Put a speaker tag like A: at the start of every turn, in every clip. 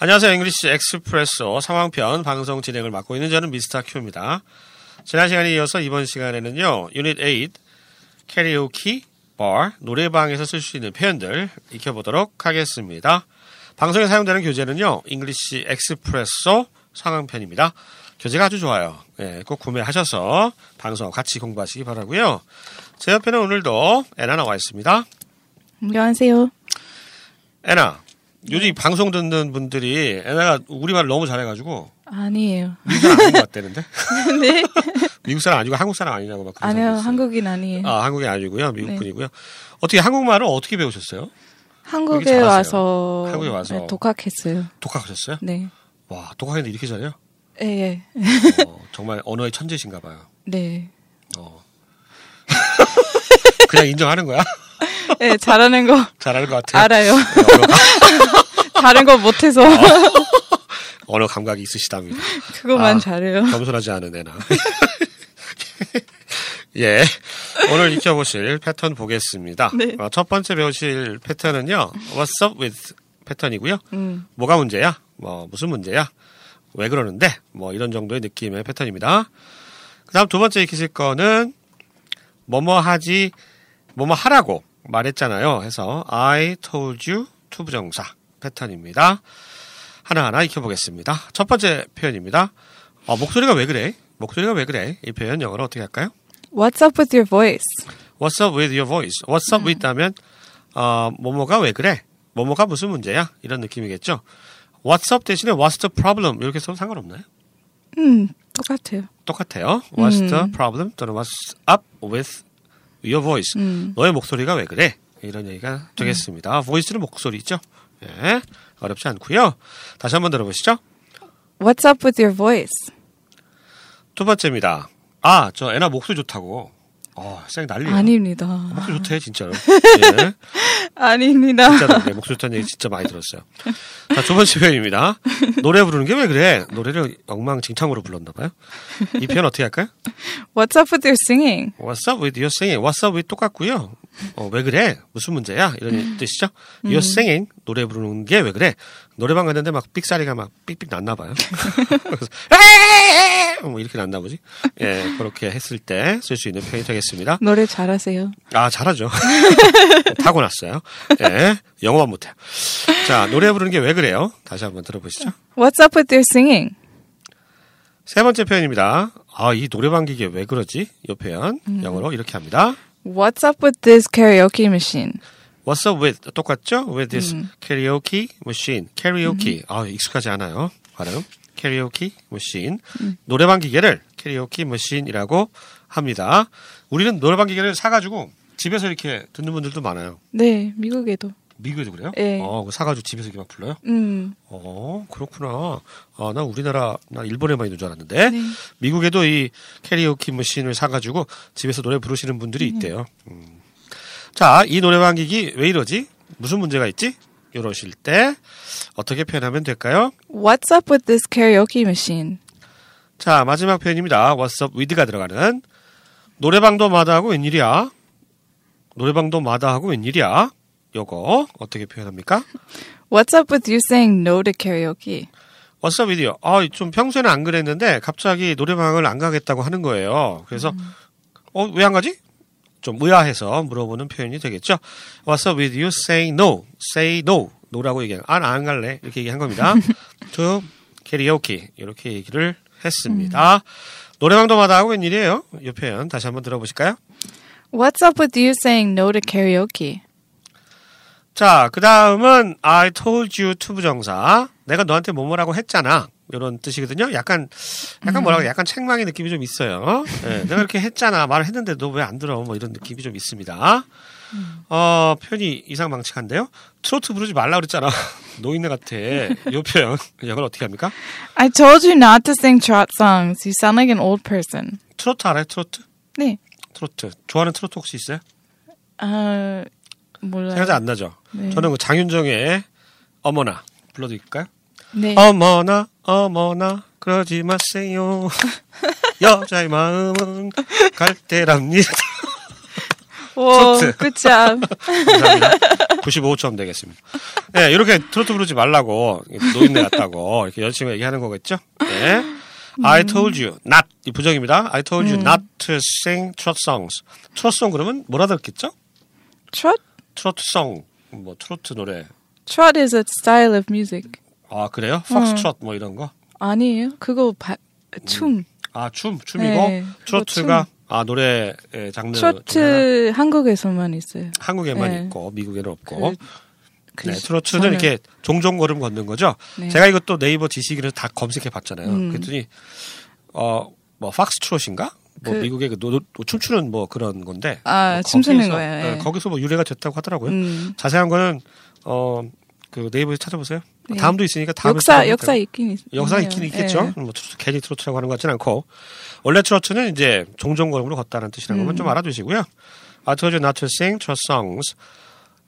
A: 안녕하세요. 잉글리시 엑스프레소 상황편 방송 진행을 맡고 있는 저는 미스터 큐입니다. 지난 시간에 이어서 이번 시간에는요. 유닛 8 캐리오키 bar 노래방에서 쓸 수 있는 표현들 익혀보도록 하겠습니다. 방송에 사용되는 교재는요. 잉글리시 엑스프레소 상황편입니다. 교재가 아주 좋아요. 예, 꼭 구매하셔서 방송 같이 공부하시기 바라고요. 제 옆에는 오늘도 애나 나와 있습니다.
B: 안녕하세요.
A: 애나 요즘 이 방송 듣는 분들이 애나가 우리말 너무 잘해가지고
B: 아니에요.
A: 미국 사람 아닌 것 같다는데
B: 네?
A: 미국 사람 아니고 한국 사람 아니냐고 막 그런
B: 아니요,
A: 사람도 있어요.
B: 한국인 아니에요.
A: 아 한국이 아니고요 미국
B: 네.
A: 분이고요 어떻게 한국말을 어떻게 배우셨어요 여기
B: 한국에
A: 잘하세요.
B: 와서
A: 한국에 와서.
B: 네, 독학했어요.
A: 독학하셨어요
B: 네.
A: 와 독학했는데 이렇게 잘해요
B: 예, 예.
A: 어, 정말 언어의 천재신가 봐요
B: 네.
A: 어. 그냥 인정하는 거야
B: 예, 잘하는 거
A: 잘하는 것 같아요
B: 알아요.
A: 네, 언어, 감-
B: 다른 거 못해서
A: 언어 감각이 있으시답니다
B: 그거만
A: 아.
B: 잘해요.
A: 겸손하지 않은 애나. 예. 오늘 익혀보실 패턴 보겠습니다.
B: 네.
A: 어, 첫 번째 배우실 패턴은요. What's up with 패턴이고요.
B: 음.
A: 뭐가 문제야? 뭐 무슨 문제야? 왜 그러는데? 뭐 이런 정도의 느낌의 패턴입니다. 그다음 두 번째 익히실 거는 뭐뭐 하지 뭐뭐 하라고 말했잖아요. 해서 I told you to 부정사 패턴입니다. 하나하나 익혀보겠습니다. 첫 번째 표현입니다. 어, 목소리가 왜 그래? 목소리가 왜 그래? 이 표현 영어로 어떻게 할까요?
B: What's up with your voice?
A: What's up with your voice? What's up with 하면 어, 뭐뭐가 왜 그래? 뭐뭐가 무슨 문제야? 이런 느낌이겠죠. What's up 대신에 What's the problem? 이렇게 써도 상관없나요?
B: 음, 똑같아요.
A: 똑같아요. What's
B: 음.
A: the problem? 또는 What's up with your voice?
B: 음.
A: 너의 목소리가 왜 그래? 이런 얘기가 되겠습니다. voice는 목소리죠. 예, 어렵지 않고요. 다시 한번 들어보시죠.
B: What's up with your voice?
A: 두 번째입니다. 아, 저 애나 목소리 좋다고. 어, 쌩 난리예요.
B: 아닙니다.
A: 목소리 좋대 진짜로. 예.
B: 아닙니다.
A: 진짜로 내 목소리 좋다는 얘기 진짜 많이 들었어요. 자, 두 번째 표현입니다. 노래 부르는 게 왜 그래? 노래를 엉망진창으로 불렀나 봐요. 이 표현 어떻게 할까요?
B: What's up with your singing?
A: What's up with your singing? What's up with 똑같고요. 어, 왜 그래? 무슨 문제야? 이런 뜻이죠. Your singing 노래 부르는 게 왜 그래? 노래방 갔는데 막 삑사리가 막 삑삑 났나 봐요. 그래서 에에에에 뭐 이렇게 났나 보지. 예, 그렇게 했을 때 쓸 수 있는 표현이 되겠습니다.
B: 노래 잘하세요.
A: 아 잘하죠. 타고났어요. 예, 영어만 못해요. 자 노래 부르는 게 왜 그래요? 다시 한번 들어보시죠.
B: What's up with your singing?
A: 세 번째 표현입니다. 아 이 노래방 기계 왜 그러지? 이 표현 영어로 이렇게 합니다.
B: What's up with this karaoke machine?
A: What's up with 똑같죠? With this karaoke machine, karaoke. 아 익숙하지 않아요. 발음 karaoke machine. 노래방 기계를 karaoke machine이라고 합니다. 우리는 노래방 기계를 사가지고 집에서 이렇게 듣는 분들도 많아요.
B: 네, 미국에도.
A: 미국에도 그래요?
B: 예.
A: 어, 그거 사가지고 집에서 이렇게 막 불러요?
B: 음.
A: 어, 그렇구나. 아, 나 우리나라, 나 일본에만 있는 줄 알았는데,
B: 네.
A: 미국에도 이 캐리오키 머신을 사가지고 집에서 노래 부르시는 분들이 있대요. 음. 자, 이 노래방 기기 왜 이러지? 무슨 문제가 있지? 이러실 때, 어떻게 표현하면 될까요?
B: What's up with this karaoke machine?
A: 자, 마지막 표현입니다. What's up with가 들어가는, 노래방도 마다하고 웬일이야? 노래방도 마다하고 웬일이야? 요거, 어떻게 표현합니까?
B: What's up with you saying no to karaoke?
A: What's up with you? 아, 좀 평소에는 안 그랬는데 갑자기 노래방을 안 가겠다고 하는 거예요. 그래서 어, 왜 안 가지? 좀 의아해서 물어보는 표현이 되겠죠. What's up with you? Say no. Say no. no라고 얘기해요. 아, 나안 갈래. 이렇게 얘기한 겁니다. to karaoke. 이렇게 얘기를 했습니다. 노래방도 마다하고 웬일이에요? 이 표현 다시 한번 들어보실까요?
B: What's up with you saying no to karaoke?
A: 자, 그 다음은 I told you to 부정사. 내가 너한테 뭐뭐라고 했잖아. 이런 뜻이거든요. 약간, 약간 뭐라고, 약간 책망의 느낌이 좀 있어요. 예, 내가 이렇게 했잖아. 말을 했는데 너 왜 안 들어? 뭐 이런 느낌이 좀 있습니다. 어, 표현이 이상망측한데요. 트로트 부르지 말라 그랬잖아. 노인네 같아. 요 표현. 이걸 어떻게 합니까?
B: I told you not to sing trot songs. You sound like an old person.
A: 트로트 알아요? 트로트?
B: 네.
A: 트로트. 좋아하는 트로트 혹시 있어요?
B: 아, 몰라요.
A: 생각이 안 나죠?
B: 네.
A: 저는 그 장윤정의 어머나. 불러드릴까요?
B: 네.
A: 어머나 어머나 그러지 마세요 여자의 마음은 갈대랍니다
B: Whoa,
A: Toot.
B: good job.
A: 95점 되겠습니다. 네, 이렇게 트로트 부르지 말라고 노인네 같다고 이렇게 여자친구 얘기하는 거겠죠? 네.
B: 음.
A: I told you not 이 부정입니다. I told
B: 네.
A: you not to sing trot songs. 트롯송 그러면 뭐라 들었겠죠?
B: Trot,
A: 트로트송 뭐 트로트 노래
B: trot is a style of music.
A: 아 그래요?
B: 어.
A: 팍스트롯 뭐 이런 거?
B: 아니에요. 그거 바, 춤.
A: 아 춤, 춤이고
B: 네, 그거
A: 트로트가 아 노래 의 장르 중에 하나.
B: 트로트 한국에서만 있어요.
A: 한국에만
B: 네.
A: 있고 미국에는 없고
B: 그, 그
A: 네, 트로트는
B: 저는-
A: 이렇게 종종 걸음 걷는 거죠.
B: 네. 음.
A: 제가 이것도 네이버 지식인을 다 검색해 봤잖아요. 그랬더니 어뭐 팍스트롯인가? 뭐
B: 그-
A: 미국의 그 노, 노- 춤추는 뭐 그런 건데.
B: 아,
A: 뭐
B: 춤추는
A: 거기에서-
B: 거예요. 예.
A: 네, 거기서 뭐 유래가 됐다고 하더라고요.
B: 음.
A: 자세한 거는 어그 네이버에 서 찾아보세요.
B: 네.
A: 다음도 있으니까 다음
B: 역사 역사 있긴 있,
A: 역사
B: 있네요.
A: 있긴
B: 예.
A: 있겠죠. 뭐 트로트, 괜히 트로트라고 하는 것 같진 않고 원래 트로트는 이제 종종 걸음으로 걷다는 뜻이라는 것만 좀 알아두시고요. I told you not to sing trot songs.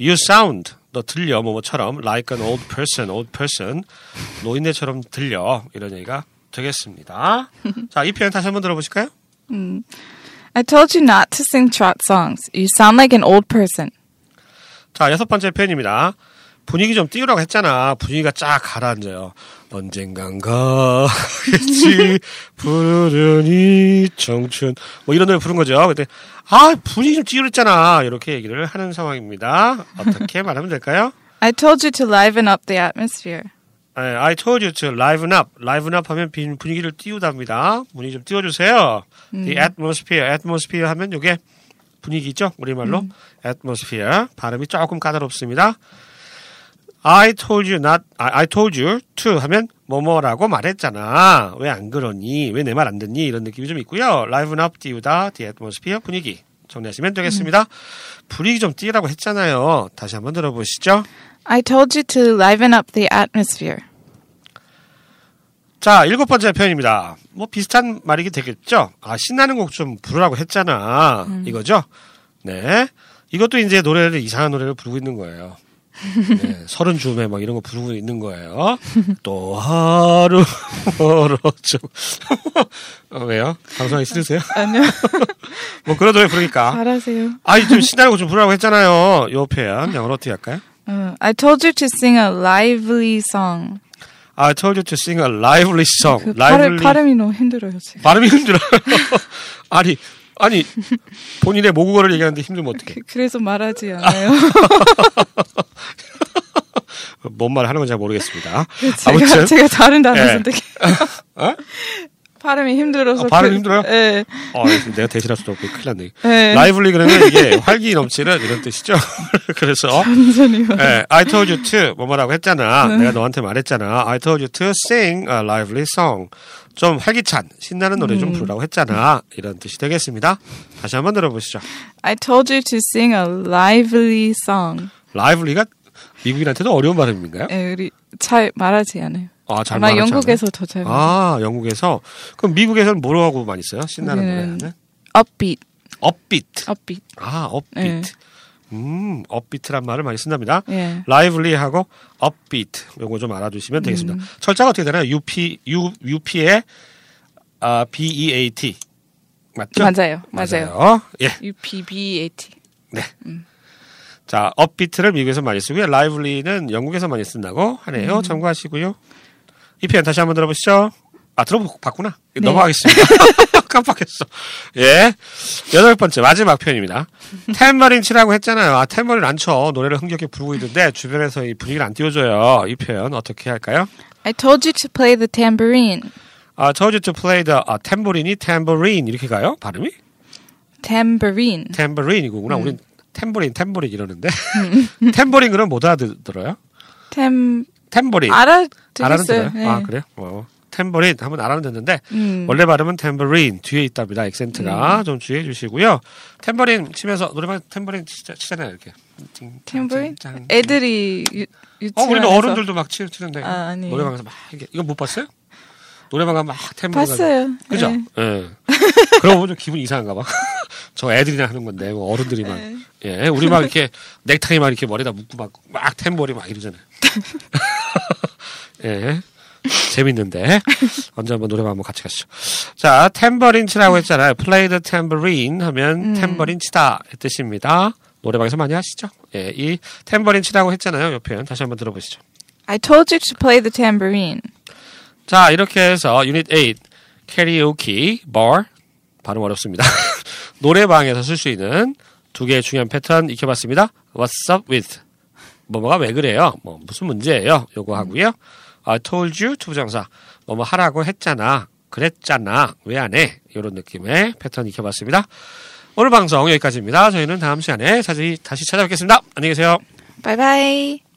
A: You sound 너 들려 뭐뭐처럼 like an old person, old person 노인네처럼 들려 이런 얘기가 되겠습니다. 자, 이 표현 다시 한번 들어보실까요?
B: I told you not to sing trot songs. You sound like an old person.
A: 자, 여섯 번째 표현입니다. 분위기 좀 띄우라고 했잖아. 분위기가 쫙 가라앉아요. 언젠간 가겠지 부르려니 청춘 뭐 이런 노래 부른 거죠. 근데 아 분위기 좀 띄우랬잖아 이렇게 얘기를 하는 상황입니다. 어떻게 말하면 될까요?
B: I told you to liven up the atmosphere.
A: 네, I told you to liven up. liven up 하면 빈- 분위기를 띄우답니다. 분위기 좀 띄워주세요. The atmosphere. atmosphere 하면 이게 분위기죠. 우리말로. atmosphere. 발음이 조금 까다롭습니다. I told you not, I, I told you to 하면 뭐뭐라고 말했잖아. 왜 안 그러니? 왜 내 말 안 듣니? 이런 느낌이 좀 있고요. liven up, 띄우다, the atmosphere, 분위기. 정리하시면 되겠습니다. 분위기 좀 띄우라고 했잖아요. 다시 한번 들어보시죠.
B: I told you to liven up the atmosphere.
A: 자, 일곱 번째 표현입니다. 뭐 비슷한 말이게 되겠죠? 아, 신나는 곡 좀 부르라고 했잖아. 이거죠? 네. 이것도 이제 노래를, 이상한 노래를 부르고 있는 거예요. 네, 서른 줌에 막 이런 거 부르고 있는 거예요. 또 하루 멀어져. 어, 왜요? 방송하기 싫으세요?
B: 아니요.
A: 뭐 그런 노래 부르니까.
B: 잘하세요.
A: 아니, 좀 신나는 곡 좀 부르라고 했잖아요. 요 표현. 영어로 어떻게 할까요?
B: 어, I told you to sing a lively song.
A: 아, I told you to sing a lively song.
B: 그 발음, 발음이 너무 힘들어요 지금.
A: 발음이 힘들어요. 아니, 아니, 본인의 모국어를 얘기하는데 힘들면 어떡해.
B: 그, 그래서 말하지 않아요.
A: 뭔 말을 하는 건지 잘 모르겠습니다.
B: 제가, 제가 다른 단어
A: 예.
B: 선택해.
A: 어?
B: 발음이 힘들어서.
A: 아, 발음이 힘들어요?
B: 예.
A: 어, 내가 대신할 수도 없고 큰일 났네.
B: 예.
A: 라이블리 그러면 이게 활기 넘치는 이런 뜻이죠. 그래서
B: 완전히.
A: 예, I told you to 뭐뭐라고 했잖아.
B: 네.
A: 내가 너한테 말했잖아. I told you to sing a lively song. 좀 활기찬 신나는 노래
B: 음.
A: 좀 부르라고 했잖아. 이런 뜻이 되겠습니다. 다시 한번 들어보시죠.
B: I told you to sing a lively song.
A: 라이블리가 미국인한테도 어려운 발음인가요?
B: 예, 우리 잘 말하지 않아요.
A: 아, 잘
B: 아마
A: 말하지 않아요?
B: 영국에서 더 잘. 말해요.
A: 아, 영국에서. 그럼 미국에서는 뭐로 하고 많이 써요? 신나는
B: 우리는
A: 노래는?
B: Upbeat,
A: 업비트.
B: upbeat.
A: 아,
B: 네.
A: 업비트. 음, 업비트란 말을 많이 쓴답니다.
B: 예.
A: 라이블리하고 업비트. 요거 좀 알아두시면 되겠습니다.
B: 음.
A: 철자가 어떻게 되나요? UP, U, UP에 아, BEAT. 맞죠?
B: 맞아요, 맞아요.
A: 예.
B: U P B A T.
A: 네. 자, 업비트를 미국에서 많이 쓰고요. 라이블리는 영국에서 많이 쓴다고 하네요. 참고하시고요. 이 표현 다시 한번 들어보시죠. 아, 들어봤구나. 넘어가겠습니다. 깜빡했어. 예. 여덟 번째, 마지막 표현입니다. 탬버린 치라고 했잖아요. 아, 탬버린 안 쳐. 노래를 흥겹게 부르고 있는데 주변에서 이 분위기를 안 띄워줘요. 이 표현 어떻게 할까요?
B: I told you to play the tambourine.
A: 아, told you to play the, 아, 탬버린이 탬버린 이렇게 가요? 발음이?
B: Tambourine.
A: 탬버린이구나. 우린 탬버린, 탬버린 이러는데. 탬버린 그럼 못 알아들어요?
B: Tam.
A: 탬버린. 네. 알아는
B: 알아듣겠어요.
A: 들어요?
B: 네.
A: 아 그래요? 뭐 탬버린 한번 알아는 듣는데
B: 음.
A: 원래 발음은 탬버린 뒤에 있답니다. 액센트가 좀 주의해 주시고요. 탬버린 치면서 노래방 탬버린 치자- 치잖아요 이렇게.
B: Tambourine?
A: 짠.
B: 애들이 유, 유치원에서.
A: 어 우리는 어른들도 막 치, 치는데
B: 아, 아니에요.
A: 노래방에서 막 이게 이거 못 봤어요? 노래방 가면 막 탬버린
B: 봤어요.
A: 가지고. 그죠?
B: 네.
A: 예. 그러고 보면 좀 기분 이상한가 이 봐. 저 애들이나 하는 건데 뭐 어른들이 막 예, 우리 막 이렇게 넥타이 막 이렇게 머리다 묶고 막 막 탬버린 막 이러잖아요. 예. 재밌는데 언제 한번 노래방 한번 같이 가시죠. 자, 탬버린 치라고 했잖아요. Play the tambourine 하면 탬버린 치다 이 뜻입니다. 노래방에서 많이 하시죠? 예, 이 탬버린 치라고 했잖아요. 이 표현 다시 한번 들어보시죠.
B: I told you to play the tambourine.
A: 자, 이렇게 해서 유닛 8 캐리오키 bar 발음 어렵습니다. 노래방에서 쓸 수 있는 두 개의 중요한 패턴 익혀봤습니다. What's up with 뭐뭐가 왜 그래요? 뭐 무슨 문제예요? 요거 하고요. I told you 투부정사 뭐뭐 하라고 했잖아. 그랬잖아. 왜 안 해? 이런 느낌의 패턴 익혀봤습니다. 오늘 방송 여기까지입니다. 저희는 다음 시간에 다시, 다시 찾아뵙겠습니다. 안녕히 계세요.
B: Bye bye.